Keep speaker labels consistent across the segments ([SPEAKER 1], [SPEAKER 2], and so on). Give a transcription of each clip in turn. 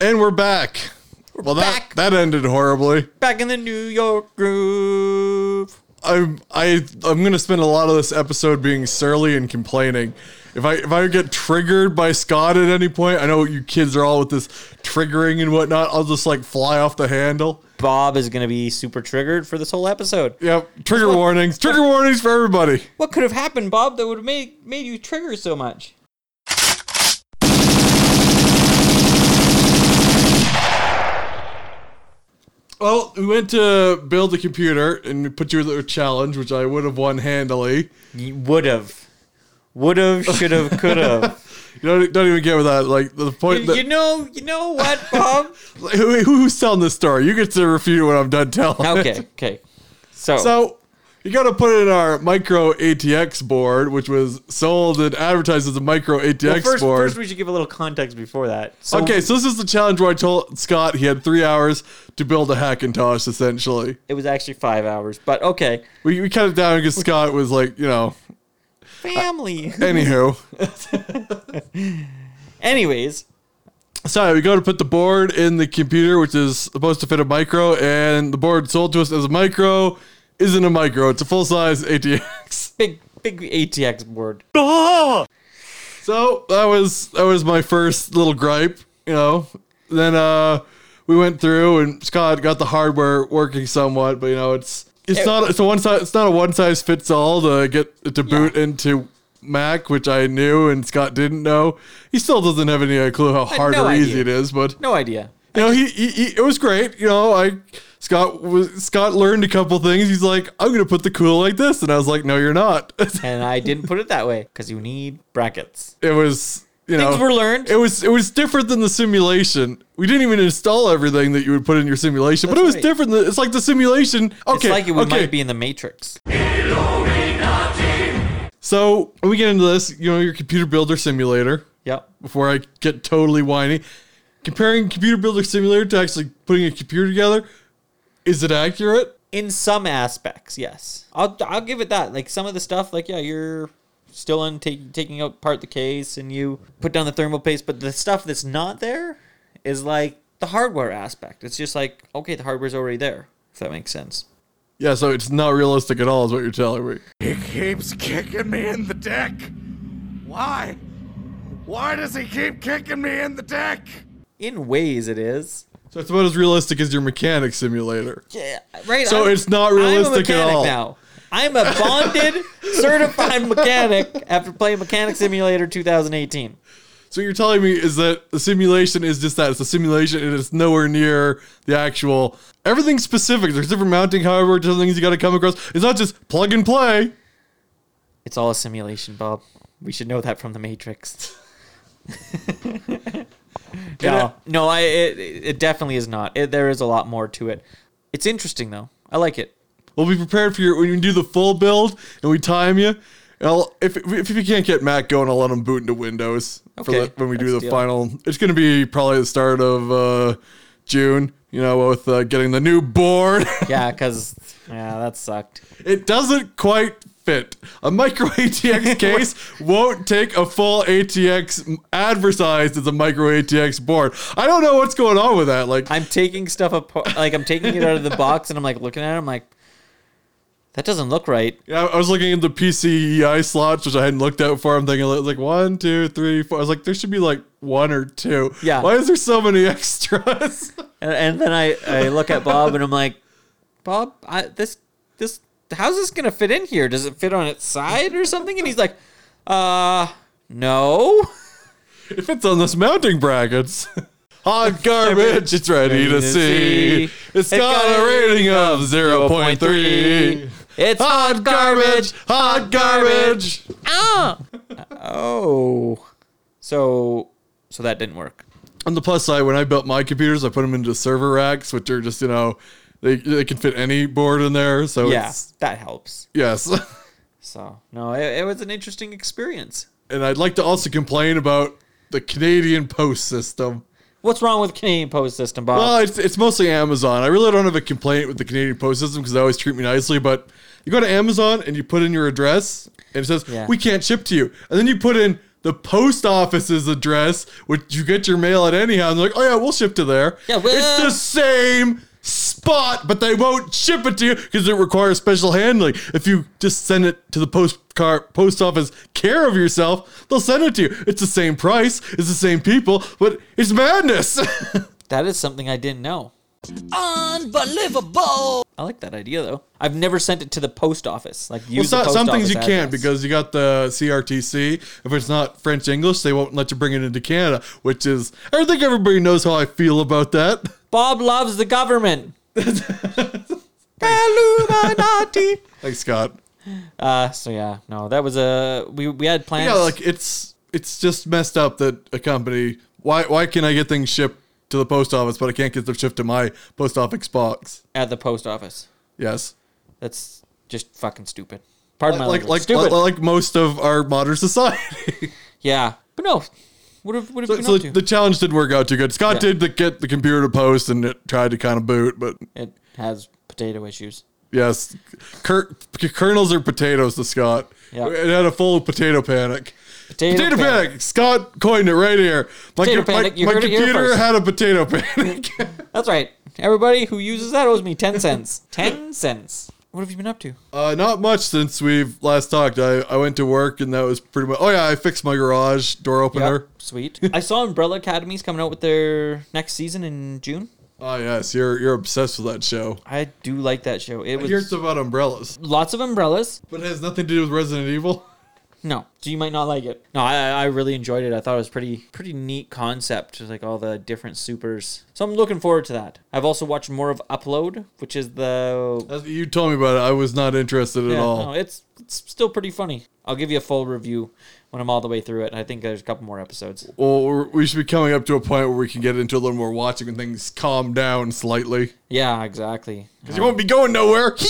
[SPEAKER 1] And we're back. well,
[SPEAKER 2] back.
[SPEAKER 1] that that ended horribly.
[SPEAKER 2] Back in the New York groove.
[SPEAKER 1] I'm I I'm gonna spend a lot of this episode being surly and complaining. If I if I get triggered by Scott at any point, I know you kids are all with this triggering and whatnot. I'll just like fly off the handle.
[SPEAKER 2] Bob is going to be super triggered for this whole episode.
[SPEAKER 1] Yep, trigger warnings. Trigger warnings for everybody.
[SPEAKER 2] What could have happened, Bob, that would have made, made you trigger so much?
[SPEAKER 1] Well, we went to build a computer and we put you through a challenge, which I would have won handily.
[SPEAKER 2] You would have. Would have, should have, could have.
[SPEAKER 1] You don't, don't even get with that. Like the point that
[SPEAKER 2] you know, you know what, Bob?
[SPEAKER 1] who, who's telling this story? You get to refute when I'm done telling. it.
[SPEAKER 2] Okay, okay. So,
[SPEAKER 1] So you got to put it in our micro ATX board, which was sold and advertised as a micro ATX
[SPEAKER 2] well, first,
[SPEAKER 1] board.
[SPEAKER 2] first we should give a little context before that. So,
[SPEAKER 1] okay, so this is the challenge where I told Scott he had three hours to build a Hackintosh. Essentially,
[SPEAKER 2] It was actually five hours, but okay.
[SPEAKER 1] we, we cut it down because Scott was like, you know.
[SPEAKER 2] Family.
[SPEAKER 1] Anywho,
[SPEAKER 2] Anyways,
[SPEAKER 1] so we go to put the board in the computer, which is supposed to fit a micro, and the board sold to us as a micro isn't a micro; it's a full size ATX.
[SPEAKER 2] big, big ATX board.
[SPEAKER 1] So that was that was my first little gripe, you know. Then uh we went through and Scott got the hardware working somewhat, but you know it's it's
[SPEAKER 2] It-
[SPEAKER 1] not it's a one size it's not a one size fits all to get to boot into Mac, which I knew and Scott didn't know. He still doesn't have any uh, clue how hard
[SPEAKER 2] no
[SPEAKER 1] or easy
[SPEAKER 2] idea.
[SPEAKER 1] it is, but
[SPEAKER 2] No idea.
[SPEAKER 1] you know he, he, he it was great. You know I Scott was Scott learned a couple things. He's like I'm gonna put the cool like this, and I was like no you're not.
[SPEAKER 2] And I didn't put it that way because you need brackets.
[SPEAKER 1] it was you know
[SPEAKER 2] Things were learned.
[SPEAKER 1] It was it was different than the simulation. We didn't even install everything that you would put in your simulation, but
[SPEAKER 2] That's
[SPEAKER 1] it was
[SPEAKER 2] right.
[SPEAKER 1] different. than- It's like the simulation.
[SPEAKER 2] It's
[SPEAKER 1] Okay,
[SPEAKER 2] like it would-
[SPEAKER 1] okay.
[SPEAKER 2] might be in the Matrix.
[SPEAKER 1] So when we get into this, you know, your computer builder simulator.
[SPEAKER 2] Yep.
[SPEAKER 1] Before I get totally whiny, comparing computer builder simulator to actually putting a computer together, is it accurate?
[SPEAKER 2] In some aspects, yes. I'll I'll give it that. Like some of the stuff, like yeah, you're still on take, taking out part the case and you put down the thermal paste, but the stuff that's not there is like the hardware aspect. It's just like okay, the hardware's already there. If that makes sense.
[SPEAKER 1] Yeah, so it's not realistic at all, is what you're telling me.
[SPEAKER 3] He keeps kicking me in the deck. Why? Why does he keep kicking me in the deck?
[SPEAKER 2] In ways, it is.
[SPEAKER 1] So it's about as realistic as your mechanic simulator.
[SPEAKER 2] Yeah, right.
[SPEAKER 1] So it's not
[SPEAKER 2] I'm a
[SPEAKER 1] realistic at
[SPEAKER 2] mechanic
[SPEAKER 1] all.
[SPEAKER 2] now. I'm a bonded, certified mechanic after playing Mechanic Simulator 2018.
[SPEAKER 1] So you're telling me is that the simulation is just that it's a simulation and it's nowhere near the actual everything's specific. There's different mounting hardware, different things you got to come across. It's not just plug and play.
[SPEAKER 2] It's all a simulation, Bob. We should know that from the Matrix. no, no, I it, it definitely is not. It, there is a lot more to it. It's interesting though. I like it.
[SPEAKER 1] We'll be prepared for your when you do the full build and we time you. I'll, if if you can't get Mac going, I'll let him boot into Windows for
[SPEAKER 2] Okay,
[SPEAKER 1] the, when we do
[SPEAKER 2] that's
[SPEAKER 1] the
[SPEAKER 2] a deal.
[SPEAKER 1] final. It's going to be probably the start of uh, June. You know, with uh, getting the new board.
[SPEAKER 2] Yeah, because yeah, that sucked.
[SPEAKER 1] It doesn't quite fit. A micro ATX case won't take a full ATX advertised as a micro ATX board. I don't know what's going on with that. Like,
[SPEAKER 2] I'm taking stuff apart. Like I'm taking it out of the box, and I'm like looking at it. I'm like, that doesn't look right.
[SPEAKER 1] yeah, I was looking at the PCEI slots, which I hadn't looked at before. I'm thinking it was like one, two, three, four. I was like, there should be like one or two.
[SPEAKER 2] Yeah.
[SPEAKER 1] Why is there so many extras?
[SPEAKER 2] And, and then I, I look at Bob and I'm like, Bob, I, this this how's this gonna fit in here? Does it fit on its side or something? And he's like, uh, no.
[SPEAKER 1] it fits on this mounting brackets. Hot garbage, it's ready to see. It's got a rating of 0.3.
[SPEAKER 2] It's hot garbage.
[SPEAKER 1] Hot garbage.
[SPEAKER 2] Ah. Oh. So so that didn't work.
[SPEAKER 1] On the plus side, when I built my computers, I put them into server racks, which are just you know they they can fit any board in there. So
[SPEAKER 2] Yeah,
[SPEAKER 1] it's,
[SPEAKER 2] that helps.
[SPEAKER 1] yes.
[SPEAKER 2] So no, it, it was an interesting experience.
[SPEAKER 1] and I'd like to also complain about the Canadian post system.
[SPEAKER 2] What's wrong with Canadian Post System, Bob?
[SPEAKER 1] Well, it's, it's mostly Amazon. I really don't have a complaint with the Canadian Post system because they always treat me nicely. But you go to Amazon and you put in your address, and it says
[SPEAKER 2] Yeah.
[SPEAKER 1] we can't ship to you, and then you put in the post office's address, which you get your mail at anyhow. And they're like, oh yeah, we'll ship to there.
[SPEAKER 2] Yeah, well- uh,
[SPEAKER 1] it's the same spot, but they won't ship it to you because it requires special handling. If you just send it to the post car post office care of yourself, they'll send it to you. It's the same price, it's the same people, but it's madness.
[SPEAKER 2] That is something I didn't know. Unbelievable. I like that idea though. I've never sent it to the post office. Like
[SPEAKER 1] Well,
[SPEAKER 2] use
[SPEAKER 1] so-
[SPEAKER 2] the post
[SPEAKER 1] some things you
[SPEAKER 2] office
[SPEAKER 1] can't
[SPEAKER 2] address.
[SPEAKER 1] because you got the CRTC. If it's not French English, they won't let you bring it into Canada, which is I think everybody knows how I feel about that.
[SPEAKER 2] Bob loves the government. Illuminati.
[SPEAKER 1] Thanks, Scott.
[SPEAKER 2] Uh, so yeah, no, that was a we we had plans.
[SPEAKER 1] Yeah, like it's it's just messed up that a company why why can I get things shipped to the post office but I can't get them shipped to my post office box?
[SPEAKER 2] at the post office.
[SPEAKER 1] Yes.
[SPEAKER 2] That's just fucking stupid. Pardon my
[SPEAKER 1] Like
[SPEAKER 2] language.
[SPEAKER 1] like
[SPEAKER 2] stupid.
[SPEAKER 1] like, like most of our modern society.
[SPEAKER 2] yeah, but no. What have what have
[SPEAKER 1] so
[SPEAKER 2] you been
[SPEAKER 1] so
[SPEAKER 2] up to?
[SPEAKER 1] the challenge didn't work out too good. Scott
[SPEAKER 2] Yeah.
[SPEAKER 1] did the, get the computer to post and it tried to kind of boot, but
[SPEAKER 2] it has potato issues.
[SPEAKER 1] Yes, Cur- c- kernels are potatoes to Scott.
[SPEAKER 2] Yeah.
[SPEAKER 1] It had a full potato panic.
[SPEAKER 2] Potato,
[SPEAKER 1] Potato, panic. Scott coined it right here. My,
[SPEAKER 2] Potato
[SPEAKER 1] my-
[SPEAKER 2] panic, you
[SPEAKER 1] my
[SPEAKER 2] heard it here
[SPEAKER 1] computer
[SPEAKER 2] first.
[SPEAKER 1] had a potato panic.
[SPEAKER 2] That's right. Everybody who uses that owes me ten cents. ten cents. What have you been up to?
[SPEAKER 1] uh, not much since we've last talked. I, I went to work and that was pretty much. Oh yeah, I fixed my garage door opener.
[SPEAKER 2] Sweet. I saw Umbrella Academy's coming out with their next season in June.
[SPEAKER 1] Oh yes, you're you're obsessed with that show.
[SPEAKER 2] I do like that show. It
[SPEAKER 1] I
[SPEAKER 2] was
[SPEAKER 1] hear it's about umbrellas,
[SPEAKER 2] lots of umbrellas.
[SPEAKER 1] but it has nothing to do with Resident Evil.
[SPEAKER 2] No, so you might not like it. No, I, I really enjoyed it. I thought it was pretty pretty neat concept, just like all the different supers. So I'm looking forward to that. I've also watched more of Upload, which is the
[SPEAKER 1] That's- You told me about it. I was not interested at
[SPEAKER 2] Yeah,
[SPEAKER 1] all.
[SPEAKER 2] No, it's it's still pretty funny. I'll give you a full review when I'm all the way through it. I think there's a couple more episodes.
[SPEAKER 1] Well, we're- we should be coming up to a point where we can get into a little more watching and things calm down slightly.
[SPEAKER 2] Yeah, exactly.
[SPEAKER 1] Because you won't be going nowhere.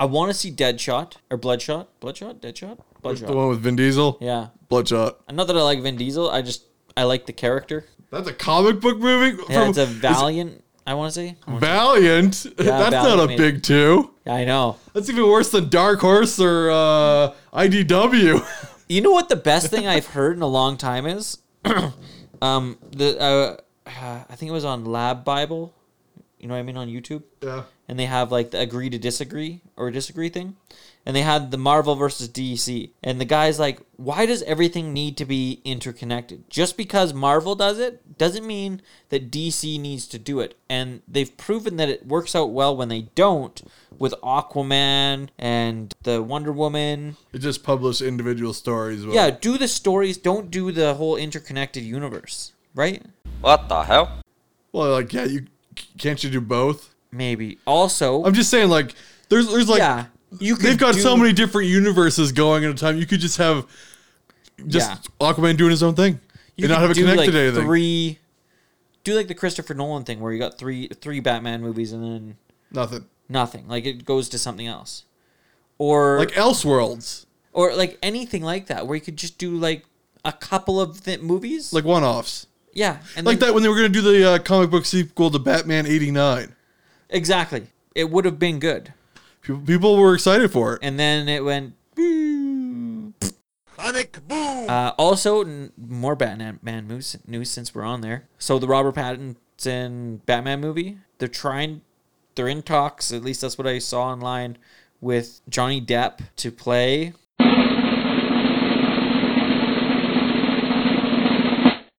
[SPEAKER 2] I want to see Deadshot or Bloodshot. Bloodshot? Deadshot?
[SPEAKER 1] the
[SPEAKER 2] Bloodshot.
[SPEAKER 1] one with Vin Diesel?
[SPEAKER 2] Yeah.
[SPEAKER 1] Bloodshot.
[SPEAKER 2] Not that I like Vin Diesel. I just I like the character.
[SPEAKER 1] That's a comic book movie?
[SPEAKER 2] Yeah,
[SPEAKER 1] From-
[SPEAKER 2] it's a
[SPEAKER 1] is it
[SPEAKER 2] Valiant. I want to say.
[SPEAKER 1] Valiant? That's
[SPEAKER 2] Valiant
[SPEAKER 1] not a
[SPEAKER 2] made
[SPEAKER 1] big two.
[SPEAKER 2] I know.
[SPEAKER 1] That's even worse than Dark Horse or uh, IDW.
[SPEAKER 2] You know what the best thing I've heard in a long time is? um, the uh, uh, I think it was on Lab Bible. You know what I mean on YouTube.
[SPEAKER 1] yeah.
[SPEAKER 2] and they have like the agree to disagree or disagree thing. And they had the Marvel versus DC. And the guy's like, why does everything need to be interconnected? Just because Marvel does it doesn't mean that DC needs to do it. And they've proven that it works out well when they don't with Aquaman and the Wonder Woman.
[SPEAKER 1] It just published individual stories. but-
[SPEAKER 2] Yeah, do the stories, don't do the whole interconnected universe, right?
[SPEAKER 4] What the hell?
[SPEAKER 1] Well, like, yeah, you can't you do both?
[SPEAKER 2] Maybe. Also,
[SPEAKER 1] I'm just saying, like, there's, there's like,
[SPEAKER 2] yeah, you could
[SPEAKER 1] They've got so
[SPEAKER 2] do-
[SPEAKER 1] many different universes going at a time. You could just have just
[SPEAKER 2] Yeah.
[SPEAKER 1] Aquaman doing his own thing
[SPEAKER 2] you
[SPEAKER 1] and not
[SPEAKER 2] could
[SPEAKER 1] have it
[SPEAKER 2] do,
[SPEAKER 1] connected
[SPEAKER 2] like
[SPEAKER 1] to anything.
[SPEAKER 2] Three, do like the Christopher Nolan thing where you got three three Batman movies and then
[SPEAKER 1] Nothing.
[SPEAKER 2] nothing. Like it goes to something else, or
[SPEAKER 1] Like
[SPEAKER 2] like
[SPEAKER 1] Elseworlds,
[SPEAKER 2] or like anything like that where you could just do like a couple of th- movies.
[SPEAKER 1] like one offs.
[SPEAKER 2] yeah, and
[SPEAKER 1] Like
[SPEAKER 2] then-
[SPEAKER 1] that when they were going to do the uh, comic book sequel to Batman 89.
[SPEAKER 2] exactly. It would have been good,
[SPEAKER 1] People, people were excited for it.
[SPEAKER 2] and then it went. Uh, also, n- more Batman man news, news since we're on there. So the Robert Pattinson Batman movie, they're trying, they're in talks. At least that's what I saw online with Johnny Depp to play.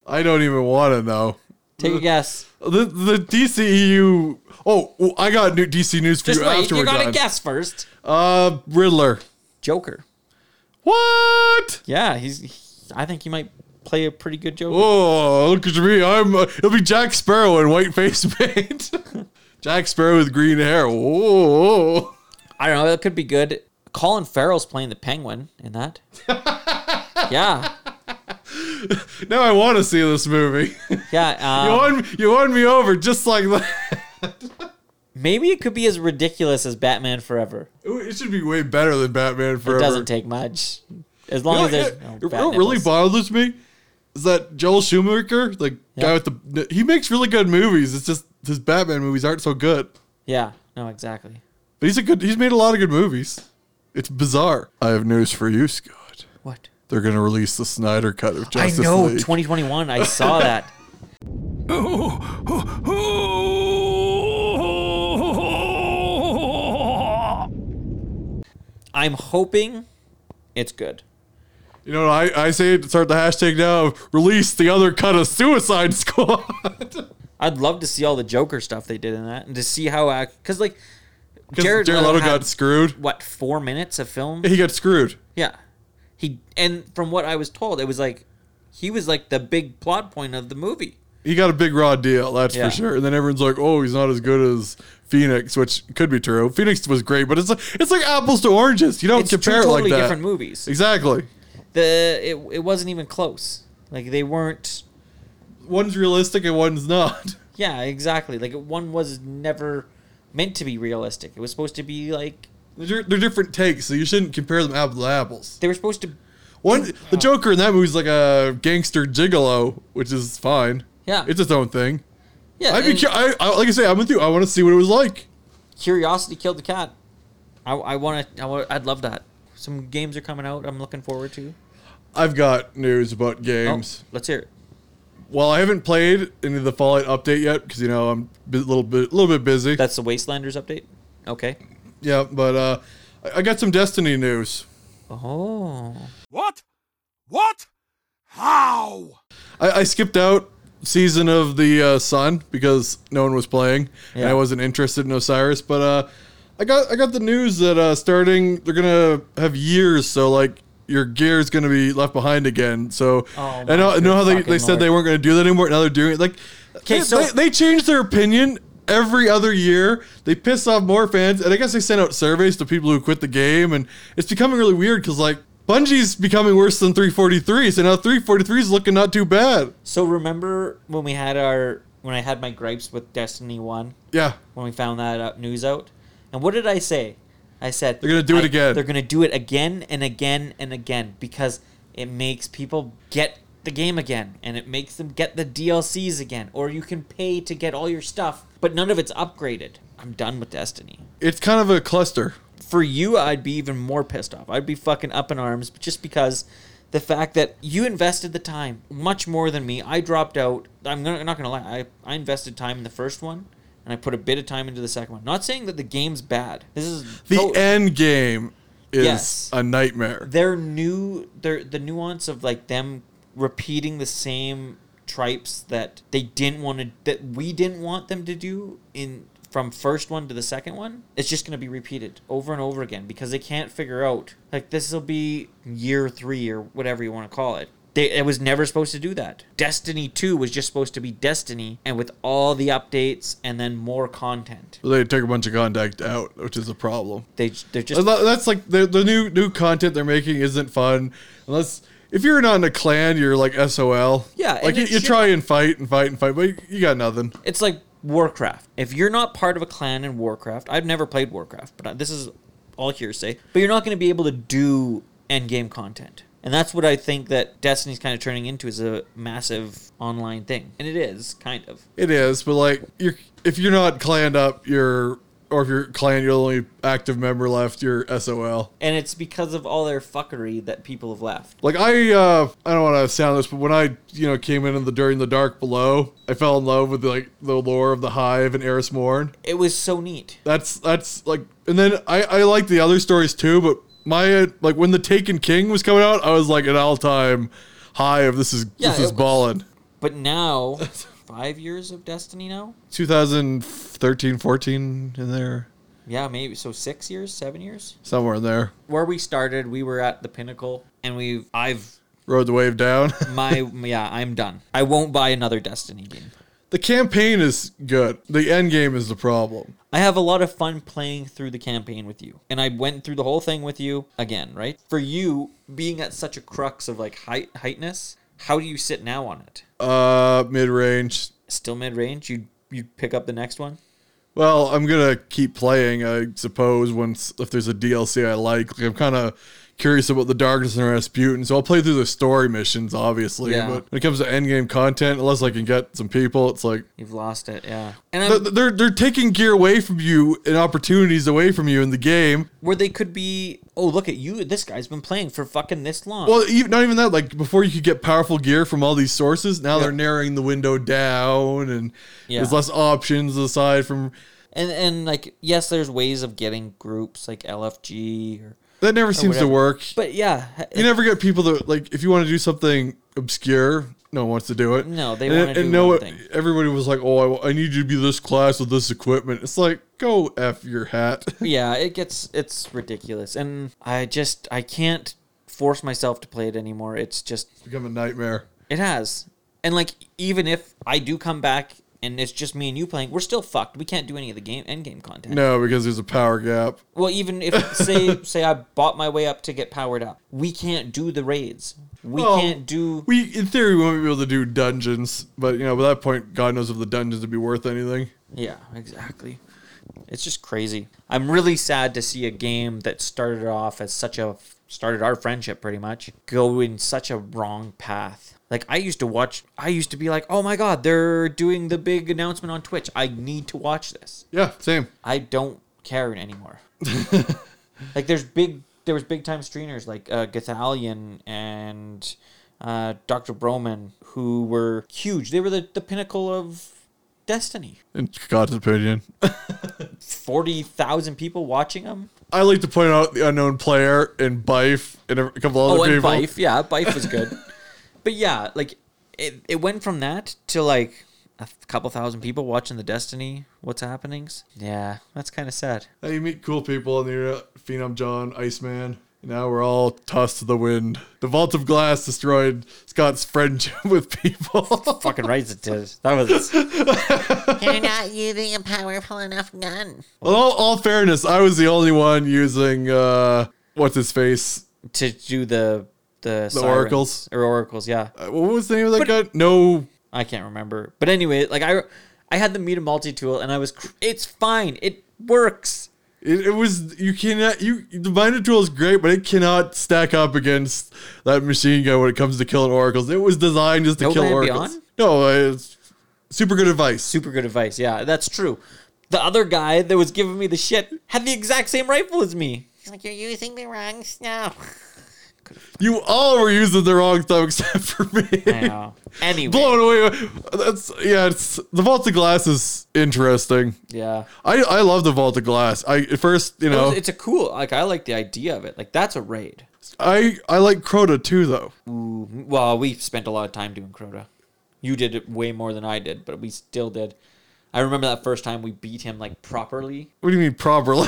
[SPEAKER 1] I don't even want to know.
[SPEAKER 2] Take a guess.
[SPEAKER 1] The, the DCEU. Oh, well, I got new DC news for
[SPEAKER 2] Just
[SPEAKER 1] you
[SPEAKER 2] wait.
[SPEAKER 1] after
[SPEAKER 2] You
[SPEAKER 1] we're
[SPEAKER 2] gotta
[SPEAKER 1] done.
[SPEAKER 2] guess first.
[SPEAKER 1] Uh, Riddler.
[SPEAKER 2] Joker.
[SPEAKER 1] What?
[SPEAKER 2] Yeah, he's. he- I think he might play a pretty good Joker.
[SPEAKER 1] Oh, look at me. I'm uh, it'll be Jack Sparrow in white face paint. Jack Sparrow with green hair. Whoa.
[SPEAKER 2] I don't know. That could be good. Colin Farrell's playing the Penguin in that. yeah,
[SPEAKER 1] Now I want to see this movie.
[SPEAKER 2] yeah.
[SPEAKER 1] you,
[SPEAKER 2] Um,
[SPEAKER 1] won, you won me over just like that.
[SPEAKER 2] maybe it could be as ridiculous as Batman Forever.
[SPEAKER 1] It should be way better than Batman Forever.
[SPEAKER 2] It doesn't take much. As long
[SPEAKER 1] You know,
[SPEAKER 2] as there's
[SPEAKER 1] it-
[SPEAKER 2] no
[SPEAKER 1] it-
[SPEAKER 2] bad
[SPEAKER 1] what really
[SPEAKER 2] nipples.
[SPEAKER 1] bothers me is that Joel Schumacher, the guy
[SPEAKER 2] Yeah.
[SPEAKER 1] with the he makes really good movies. It's just his Batman movies aren't so good.
[SPEAKER 2] Yeah, no, exactly.
[SPEAKER 1] But he's a good he's made a lot of good movies. It's bizarre. I have news for you, Scott.
[SPEAKER 2] What?
[SPEAKER 1] They're gonna release the Snyder cut of Justice
[SPEAKER 2] I know,
[SPEAKER 1] League.
[SPEAKER 2] 2021. I saw that. I'm hoping it's good.
[SPEAKER 1] you know, what I I say to start the hashtag now. of Release the other cut of Suicide Squad.
[SPEAKER 2] I'd love to see all the Joker stuff they did in that, and to see how because like
[SPEAKER 1] Jared, Leto
[SPEAKER 2] had,
[SPEAKER 1] got screwed.
[SPEAKER 2] what four minutes of film?
[SPEAKER 1] He got screwed.
[SPEAKER 2] Yeah, he and from what I was told, it was like he was like the big plot point of the movie.
[SPEAKER 1] He got a big raw deal, that's
[SPEAKER 2] Yeah.
[SPEAKER 1] for sure. And then everyone's like, "Oh, he's not as good as Phoenix," which could be true. Phoenix was great, but it's like it's like apples to oranges. You don't
[SPEAKER 2] It's two
[SPEAKER 1] compare it
[SPEAKER 2] totally
[SPEAKER 1] like that.
[SPEAKER 2] different movies.
[SPEAKER 1] Exactly.
[SPEAKER 2] The it, it wasn't even close. Like they weren't.
[SPEAKER 1] One's realistic and one's not.
[SPEAKER 2] Yeah, exactly. Like one was never meant to be realistic. It was supposed to be like
[SPEAKER 1] They're, they're different takes, so you shouldn't compare them apples to apples.
[SPEAKER 2] they were supposed to. Oh.
[SPEAKER 1] One, the Joker in that movie's like a gangster gigolo, which is fine.
[SPEAKER 2] Yeah.
[SPEAKER 1] it's its own thing.
[SPEAKER 2] Yeah,
[SPEAKER 1] I'd be,
[SPEAKER 2] and
[SPEAKER 1] cu- I, I like I say, I'm with you. I want to see what it was like.
[SPEAKER 2] curiosity killed the cat. I, I want to. I wa- I'd love that. Some games are coming out. I'm looking forward to.
[SPEAKER 1] I've got news about
[SPEAKER 2] Oh,
[SPEAKER 1] games.
[SPEAKER 2] let's hear it.
[SPEAKER 1] Well, I haven't played any of the Fallout update yet because you know I'm a little bit, little bit busy.
[SPEAKER 2] That's the Wastelanders update. Okay.
[SPEAKER 1] yeah, but uh, I- I got some Destiny news.
[SPEAKER 2] Oh.
[SPEAKER 3] What? What? How?
[SPEAKER 1] I, I skipped out season of the uh, Sun because no one was playing and
[SPEAKER 2] Yeah.
[SPEAKER 1] I wasn't interested in Osiris. But uh, I got I got the news that uh, starting they're gonna have years, so like your gear's gonna be left behind again. So
[SPEAKER 2] Oh,
[SPEAKER 1] I know
[SPEAKER 2] my
[SPEAKER 1] I know how they,
[SPEAKER 2] fucking
[SPEAKER 1] they said
[SPEAKER 2] lord.
[SPEAKER 1] they weren't gonna do that anymore. Now they're doing it. Like they,
[SPEAKER 2] so-
[SPEAKER 1] they, they change their opinion. Every other year, they piss off more fans, and I guess they sent out surveys to people who quit the game, and it's becoming really weird because like Bungie's becoming worse than 343, so now 343 is looking not too bad.
[SPEAKER 2] So remember when we had our when I had my gripes with Destiny One
[SPEAKER 1] Yeah.
[SPEAKER 2] when we found that out, news out, and what did I say? I said
[SPEAKER 1] They're gonna do it
[SPEAKER 2] I-
[SPEAKER 1] again.
[SPEAKER 2] They're gonna do it again and again and again because it makes people get the game again and it makes them get the DLCs again, or you can pay to get all your stuff, but none of it's upgraded. I'm done with Destiny.
[SPEAKER 1] It's kind of a cluster.
[SPEAKER 2] for you, I'd be even more pissed off. I'd be fucking up in arms just because the fact that you invested the time much more than me. I dropped out. I'm gonna, not going to lie. I, I invested time in the first one and I put a bit of time into the second one. Not saying that the game's bad. This is
[SPEAKER 1] The
[SPEAKER 2] to-
[SPEAKER 1] end game is
[SPEAKER 2] Oh. Yes.
[SPEAKER 1] a nightmare.
[SPEAKER 2] Their new their the nuance of like them repeating the same tripes that they didn't want to that we didn't want them to do in from first one to the second one it's just going to be repeated over and over again because they can't figure out like this will be year 3 or whatever you want to call it they, it was never supposed to do that destiny 2 was just supposed to be destiny and with all the updates and then more content
[SPEAKER 1] But They took a bunch of contact out, which is a problem.
[SPEAKER 2] they they're just
[SPEAKER 1] Unle- That's like the, the new new content they're making isn't fun unless if you're not in a clan, you're like SOL.
[SPEAKER 2] Yeah,
[SPEAKER 1] like
[SPEAKER 2] and
[SPEAKER 1] you,
[SPEAKER 2] it
[SPEAKER 1] you
[SPEAKER 2] should-
[SPEAKER 1] try and fight and fight and fight, but you, you got nothing.
[SPEAKER 2] it's like Warcraft. If you're not part of a clan in Warcraft, I've never played Warcraft, but this is all hearsay. But you're not going to be able to do end game content. And that's what I think that Destiny's kind of turning into is a massive online thing. And it is kind of.
[SPEAKER 1] It is, but like you're if you're not clanned up, you're or if you're clan, you're the only active member left. You're SOL.
[SPEAKER 2] And it's because of all their fuckery that people have left.
[SPEAKER 1] Like I, uh, I don't want to sound this, but when I, you know, came in, in the during the dark below, I fell in love with like the lore of the Hive and Eris Morn.
[SPEAKER 2] It was so neat.
[SPEAKER 1] That's that's like, and then I I like the other stories too, but my uh, like when the Taken King was coming out, I was like an all time high of this is
[SPEAKER 2] Yeah,
[SPEAKER 1] this
[SPEAKER 2] it
[SPEAKER 1] is
[SPEAKER 2] was-
[SPEAKER 1] ballin'.
[SPEAKER 2] But now, five years of Destiny now?
[SPEAKER 1] 2013, 14 in there
[SPEAKER 2] Yeah, maybe. So six years, seven years?
[SPEAKER 1] somewhere in there.
[SPEAKER 2] Where we started, we were at the pinnacle. And we've, I've
[SPEAKER 1] Rode the wave down.
[SPEAKER 2] my yeah, I'm done. I won't buy another Destiny game.
[SPEAKER 1] the campaign is good. The end game is the problem.
[SPEAKER 2] I have a lot of fun playing through the campaign with you, and I went through the whole thing with you again, right? For you being at such a crux of like height heightness, how do you sit now on it?
[SPEAKER 1] Uh, mid range,
[SPEAKER 2] Still mid range? You you pick up the next one?
[SPEAKER 1] Well, I'm gonna keep playing, I suppose. Once if there's a DLC I like, like I'm kind of curious about the darkness and Rasputin, so I'll play through the story missions, obviously.
[SPEAKER 2] Yeah.
[SPEAKER 1] But when it comes to endgame content, unless I can get some people, it's like
[SPEAKER 2] You've lost it, yeah. And
[SPEAKER 1] th-
[SPEAKER 2] I'm,
[SPEAKER 1] th- they're they're taking gear away from you and opportunities away from you in the game.
[SPEAKER 2] where they could be, oh look at you, this guy's been playing for fucking this long.
[SPEAKER 1] Well, even, not even that. Like before, you could get powerful gear from all these sources. Now they're narrowing the window down, and
[SPEAKER 2] Yeah.
[SPEAKER 1] there's less options aside from
[SPEAKER 2] and and like yes, there's ways of getting groups like LFG or
[SPEAKER 1] that. Never seems to
[SPEAKER 2] whatever.
[SPEAKER 1] work.
[SPEAKER 2] but yeah,
[SPEAKER 1] you never get people that like if you want to do something obscure no one wants to do it
[SPEAKER 2] No, they
[SPEAKER 1] And-
[SPEAKER 2] wanna do
[SPEAKER 1] and no
[SPEAKER 2] one
[SPEAKER 1] one-
[SPEAKER 2] thing.
[SPEAKER 1] everybody was like oh I, I need you to be this class with this equipment it's like go f your hat
[SPEAKER 2] yeah, it gets it's ridiculous, and I just I can't force myself to play it anymore. It's just
[SPEAKER 1] become a nightmare
[SPEAKER 2] it has, and like even if I do come back and it's just me and you playing, we're still fucked. We can't do any of the game end game content.
[SPEAKER 1] no because there's a power gap
[SPEAKER 2] Well, even if say say I bought my way up to get powered up, we can't do the raids. We
[SPEAKER 1] Well,
[SPEAKER 2] can't do.
[SPEAKER 1] we in theory we won't be able to do dungeons but you know by that point god knows if the dungeons would be worth anything
[SPEAKER 2] Yeah, exactly. It's just crazy. I'm really sad to see a game that started off as such a started our friendship pretty much go in such a wrong path. Like I used to watch I used to be like, "Oh my god, they're doing the big announcement on Twitch. I need to watch this."
[SPEAKER 1] yeah same
[SPEAKER 2] I don't care anymore. like there's big there was big time streamers like uh, Gathalion and uh, Dr. Broman who were huge. They were the, the pinnacle of Destiny.
[SPEAKER 1] in god's opinion
[SPEAKER 2] forty thousand people watching them.
[SPEAKER 1] i like to point out the unknown player and bife and a couple other
[SPEAKER 2] oh, and
[SPEAKER 1] people
[SPEAKER 2] Bife, yeah, Bife was good. but yeah, like it, it went from that to like a th- couple thousand people watching the Destiny what's happenings. Yeah, that's kind of sad.
[SPEAKER 1] Now you meet cool people on the internet. Phenom John, Iceman. And now we're all tossed to the wind. The vault of glass destroyed Scott's friendship with people.
[SPEAKER 2] Fucking right it did. That was
[SPEAKER 4] You're not using a powerful enough gun.
[SPEAKER 1] well, all, all fairness, I was the only one using uh, what's his face.
[SPEAKER 2] to do the the, sirens.
[SPEAKER 1] oracles.
[SPEAKER 2] or oracles. Yeah,
[SPEAKER 1] Uh, What was the name of that guy? No,
[SPEAKER 2] I can't remember. But anyway, like I I had the meet a multi tool and I was cr- it's fine. It works.
[SPEAKER 1] it, it was you cannot. You the binder tool is great, but it cannot stack up against that machine gun when it comes to killing oracles. It was designed just to
[SPEAKER 2] No
[SPEAKER 1] kill
[SPEAKER 2] Man
[SPEAKER 1] oracles.
[SPEAKER 2] Beyond?
[SPEAKER 1] No, it's super good advice.
[SPEAKER 2] Super good advice. Yeah, that's true. The other guy that was giving me the shit had the exact same rifle as me.
[SPEAKER 4] It's like you're using the wrong snuff.
[SPEAKER 1] You all were using the wrong stuff except for me.
[SPEAKER 2] I know. Anyway.
[SPEAKER 1] Blown away. That's yeah. It's the vault of glass is interesting.
[SPEAKER 2] Yeah.
[SPEAKER 1] I I love the vault of glass. I at first you know
[SPEAKER 2] It's a cool, like, I like the idea of it. Like, that's a raid.
[SPEAKER 1] I I like Crota too though.
[SPEAKER 2] Ooh, well, we spent a lot of time doing Crota. You did it way more than I did, but we still did. I remember that first time we beat him, like, properly,
[SPEAKER 1] What do you mean properly?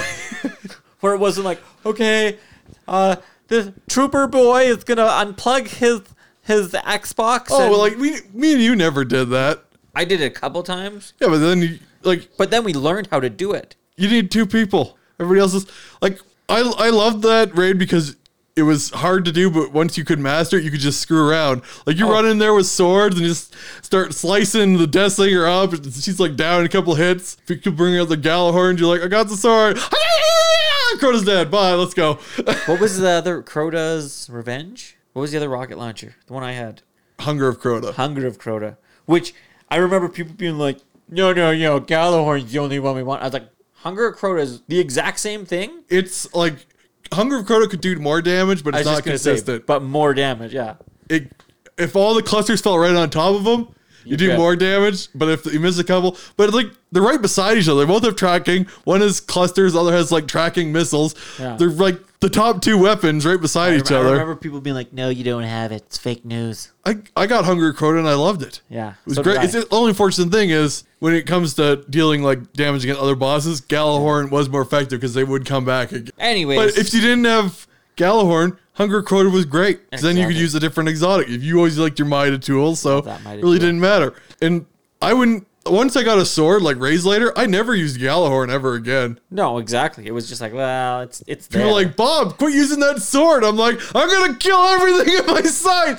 [SPEAKER 2] where it wasn't like, okay, uh, this trooper boy is going to unplug his his Xbox.
[SPEAKER 1] oh,
[SPEAKER 2] and-
[SPEAKER 1] well, like we me and you never did that.
[SPEAKER 2] I did it a couple times,
[SPEAKER 1] Yeah, but then you like
[SPEAKER 2] but then we learned how to do it.
[SPEAKER 1] you need two people. Everybody else is like I I loved that raid because it was hard to do, but once you could master it, you could just screw around. Like
[SPEAKER 2] Oh.
[SPEAKER 1] you run in there with swords and just start slicing the Death Slinger up. and She's like down in a couple hits. If you could bring out the Galahorn, you're like, I got the sword. Crota's dead. Bye. Let's go.
[SPEAKER 2] What was the other Crota's Revenge? What was the other rocket launcher? The one I had.
[SPEAKER 1] Hunger of Crota.
[SPEAKER 2] Hunger of Crota, which I remember people being like, "No, no, no, Galahorn's the only one we want." I was like, "Hunger of Crota is the exact same thing."
[SPEAKER 1] It's like Hunger of Crota could do more damage, but
[SPEAKER 2] I
[SPEAKER 1] it's
[SPEAKER 2] was
[SPEAKER 1] not
[SPEAKER 2] just gonna say,
[SPEAKER 1] consistent.
[SPEAKER 2] but more damage. Yeah,
[SPEAKER 1] it if all the clusters fell right on top of them, you, do
[SPEAKER 2] bet.
[SPEAKER 1] more damage. But if you miss a couple, but like they're right beside each other. They both have tracking. One is clusters, the other has like tracking missiles.
[SPEAKER 2] Yeah.
[SPEAKER 1] They're like the top two weapons right beside each
[SPEAKER 2] I
[SPEAKER 1] other.
[SPEAKER 2] remember people being like, "No, you don't have it. It's fake news."
[SPEAKER 1] I, I got Hungry Crota and I loved it.
[SPEAKER 2] Yeah,
[SPEAKER 1] It was
[SPEAKER 2] so did
[SPEAKER 1] great.
[SPEAKER 2] I.
[SPEAKER 1] It's the only unfortunate thing is when it comes to dealing like damage against other bosses, Galahorn was more effective because they would come back again.
[SPEAKER 2] Anyways,
[SPEAKER 1] But if you didn't have Galahorn, Hunger Crota was great. 'cause Then you could
[SPEAKER 2] Exactly.
[SPEAKER 1] use a different exotic. If you always liked your Mida tool, so
[SPEAKER 2] that Mighty
[SPEAKER 1] really
[SPEAKER 2] Tool.
[SPEAKER 1] didn't matter. And I wouldn't. Once I got a sword like Raise later, I never used Galahorn ever again.
[SPEAKER 2] no, exactly. It was just like, well, it's it's
[SPEAKER 1] People
[SPEAKER 2] there.
[SPEAKER 1] are like, Bob, quit using that sword. I'm like, I'm gonna kill everything in my sight.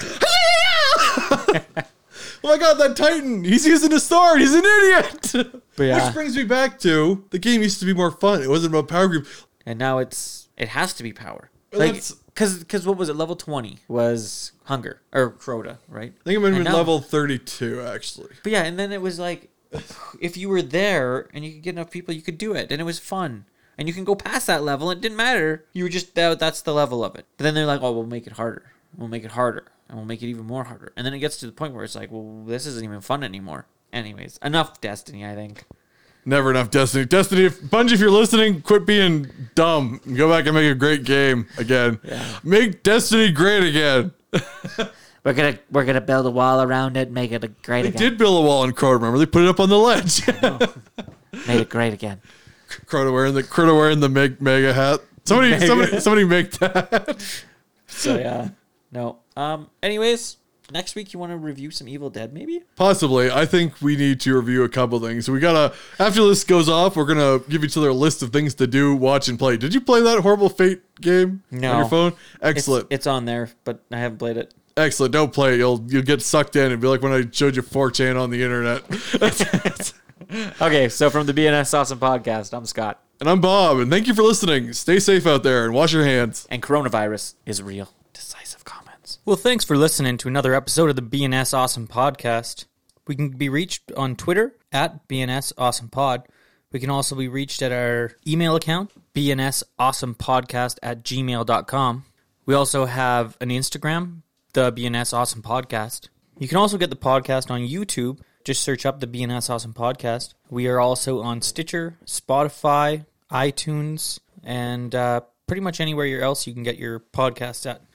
[SPEAKER 1] oh my god, that Titan, he's using a sword, he's an idiot.
[SPEAKER 2] But yeah.
[SPEAKER 1] Which brings me back to the game used to be more fun. It wasn't about power group.
[SPEAKER 2] and now it's it has to be power.
[SPEAKER 1] And
[SPEAKER 2] Like,
[SPEAKER 1] that's
[SPEAKER 2] because because what was it? Level twenty was hunger or Crota, right?
[SPEAKER 1] I think it might have
[SPEAKER 2] And
[SPEAKER 1] been
[SPEAKER 2] now-
[SPEAKER 1] level 32, actually.
[SPEAKER 2] But yeah, and then it was like, if you were there and you could get enough people, you could do it, and it was fun, and you can go past that level. and It didn't matter. You were just that, that's the level of it. But then they're like, oh, we'll make it harder. We'll make it harder, and we'll make it even more harder. And then it gets to the point where it's like, well, this isn't even fun anymore. Anyways, enough Destiny, I think.
[SPEAKER 1] Never enough Destiny. Destiny, if, Bungie, if you're listening, quit being dumb. and Go back and make a great game again. Make Destiny great again.
[SPEAKER 5] We're gonna we're gonna build a wall around it, make it a great
[SPEAKER 1] They
[SPEAKER 5] again.
[SPEAKER 1] did build a wall in Crota, remember? They put it up on the ledge.
[SPEAKER 5] Made it great again.
[SPEAKER 1] Crota wearing the Crota wearing the meg, mega hat. Somebody, somebody, somebody make that.
[SPEAKER 2] So yeah, no. Um. Anyways, next week you want to review some Evil Dead, maybe?
[SPEAKER 1] Possibly. I think we need to review a couple things. We gotta after this goes off, we're gonna give each other a list of things to do, watch, and play. Did you play that horrible fate game on
[SPEAKER 2] No.
[SPEAKER 1] your phone?
[SPEAKER 2] It's,
[SPEAKER 1] Excellent.
[SPEAKER 2] it's on there, but I haven't played it.
[SPEAKER 1] Excellent. Don't play it. You'll you'll get sucked in and be like when I showed you 4chan on the internet.
[SPEAKER 5] Okay, so from the BNS Awesome Podcast, I'm Scott.
[SPEAKER 1] and I'm Bob, and thank you for listening. Stay safe out there and wash your hands.
[SPEAKER 5] And coronavirus is real. Decisive comments.
[SPEAKER 6] Well, thanks for listening to another episode of the BNS Awesome Podcast. We can be reached on Twitter at BNS Awesome Pod. We can also be reached at our email account, bnsawesomepodcast at gmail.com. We also have an Instagram, the BNS Awesome Podcast. You can also get the podcast on YouTube. Just search up the BNS Awesome Podcast. We are also on Stitcher, Spotify, iTunes, and uh, pretty much anywhere else you can get your podcast at.